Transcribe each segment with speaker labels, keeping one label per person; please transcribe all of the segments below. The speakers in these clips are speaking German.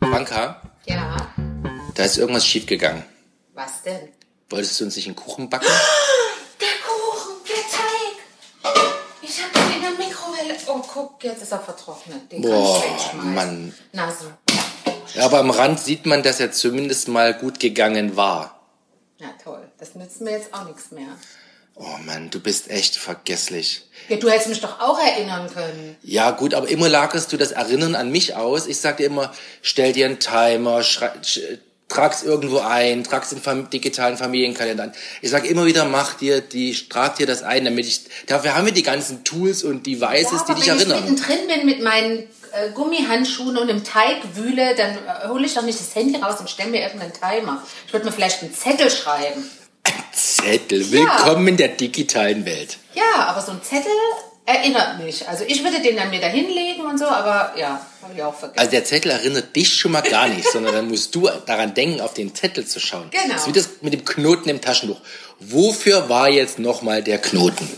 Speaker 1: Banka,
Speaker 2: Ja,
Speaker 1: da ist irgendwas schiefgegangen.
Speaker 2: was denn?
Speaker 1: Wolltest du uns nicht einen Kuchen backen?
Speaker 2: Der Kuchen, der Teig. Ich hab den in der Mikrowelle. Oh, guck, jetzt ist er vertrocknet. Den
Speaker 1: Boah,
Speaker 2: kann ich wegschmeißen.
Speaker 1: Mann.
Speaker 2: Na so.
Speaker 1: Ja, aber am Rand sieht man, dass er zumindest mal gut gegangen war.
Speaker 2: Na toll, das nützt mir jetzt auch nichts mehr.
Speaker 1: Oh Mann, du bist echt vergesslich.
Speaker 2: Ja, du hättest mich doch auch erinnern können.
Speaker 1: Ja, gut, aber immer lagerst du das Erinnern an mich aus. Ich sag dir immer, stell dir einen Timer, schrei- sch- trag's irgendwo ein, trag's im Fam digitalen Familienkalender an. Ich sag immer wieder, mach dir die, trag dir das ein, damit ich, dafür haben wir die ganzen Tools und Devices,
Speaker 2: Ja,
Speaker 1: die
Speaker 2: aber
Speaker 1: dich
Speaker 2: wenn ich
Speaker 1: erinnern.
Speaker 2: mittendrin bin mit meinen äh, Gummihandschuhen und im Teig wühle, dann äh, hole ich doch nicht das Handy raus und stelle mir irgendeinen Timer. Ich würde mir vielleicht einen Zettel schreiben.
Speaker 1: Zettel, willkommen in der digitalen Welt.
Speaker 2: Ja, aber so ein Zettel erinnert mich. Also ich würde den dann mir da hinlegen und so, aber ja, habe ich auch vergessen.
Speaker 1: Also der Zettel erinnert dich schon mal gar nicht, sondern dann musst du daran denken, auf den Zettel zu schauen.
Speaker 2: Genau.
Speaker 1: Das ist wie das mit dem Knoten im Taschentuch. Wofür war jetzt nochmal der Knoten?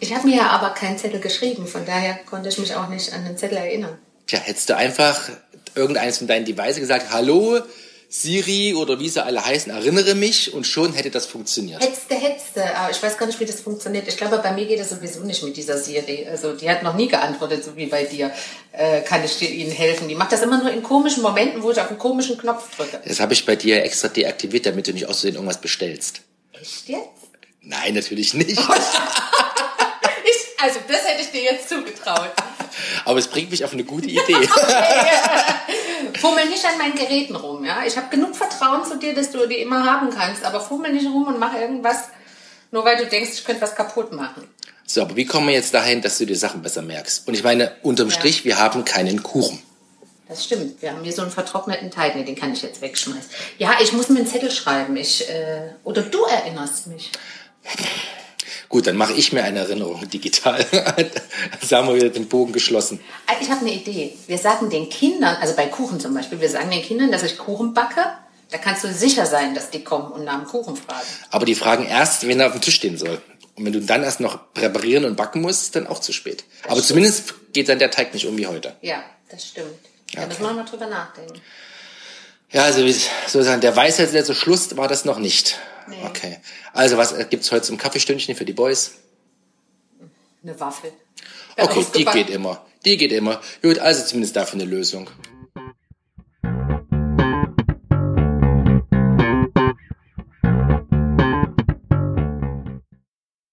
Speaker 2: Ich habe mir ja aber keinen Zettel geschrieben, von daher konnte ich mich auch nicht an den Zettel erinnern.
Speaker 1: Tja, hättest du einfach irgendeines von deinen Devices gesagt, hallo Siri oder wie sie alle heißen, erinnere mich und schon hätte das funktioniert.
Speaker 2: Hetzte, hetzte, aber ich weiß gar nicht, wie das funktioniert. Ich glaube, bei mir geht das sowieso nicht mit dieser Siri. Also die hat noch nie geantwortet, so wie bei dir. Äh, kann ich dir Ihnen helfen? Die macht das immer nur in komischen Momenten, wo ich auf einen komischen Knopf drücke.
Speaker 1: Das habe ich bei dir extra deaktiviert, damit du nicht aus Versehen irgendwas bestellst.
Speaker 2: Echt jetzt?
Speaker 1: Nein, natürlich nicht.
Speaker 2: Ich, also das hätte ich dir jetzt zugetraut.
Speaker 1: Aber es bringt mich auf eine gute Idee.
Speaker 2: Fummel nicht an meinen Geräten rum, ja? Ich habe genug Vertrauen zu dir, dass du die immer haben kannst, aber fummel nicht rum und mach irgendwas, nur weil du denkst, ich könnte was kaputt machen.
Speaker 1: So, aber wie kommen wir jetzt dahin, dass du dir Sachen besser merkst? Und ich meine, unterm
Speaker 2: Ja.
Speaker 1: Strich, wir haben keinen Kuchen.
Speaker 2: Das stimmt. Wir haben hier so einen vertrockneten Teig. Nee, den kann ich jetzt wegschmeißen. Ja, ich muss mir einen Zettel schreiben. Ich, äh, oder du erinnerst mich.
Speaker 1: Gut, dann mache ich mir eine Erinnerung digital. da haben wir wieder den Bogen geschlossen.
Speaker 2: Ah, Ich habe eine Idee. Wir sagen den Kindern, also bei Kuchen zum Beispiel, wir sagen den Kindern, dass ich Kuchen backe. Da kannst du sicher sein, dass die kommen und nach dem Kuchen fragen.
Speaker 1: Aber die fragen erst, wenn er auf dem Tisch stehen soll. Und wenn du dann erst noch präparieren und backen musst, ist dann auch zu spät. Aber zumindest geht dann der Teig nicht um wie heute.
Speaker 2: Ja, das stimmt. Da
Speaker 1: Okay.
Speaker 2: müssen wir mal drüber nachdenken.
Speaker 1: Ja, also wie sozusagen der Weisheitsletzte Schluss war das noch nicht.
Speaker 2: Nee.
Speaker 1: Okay. Also was gibt's heute zum Kaffeestündchen für die Boys?
Speaker 2: Eine Waffel.
Speaker 1: Okay, die
Speaker 2: Ausgebacken.
Speaker 1: geht immer. Die geht immer. Gut, also zumindest dafür eine Lösung.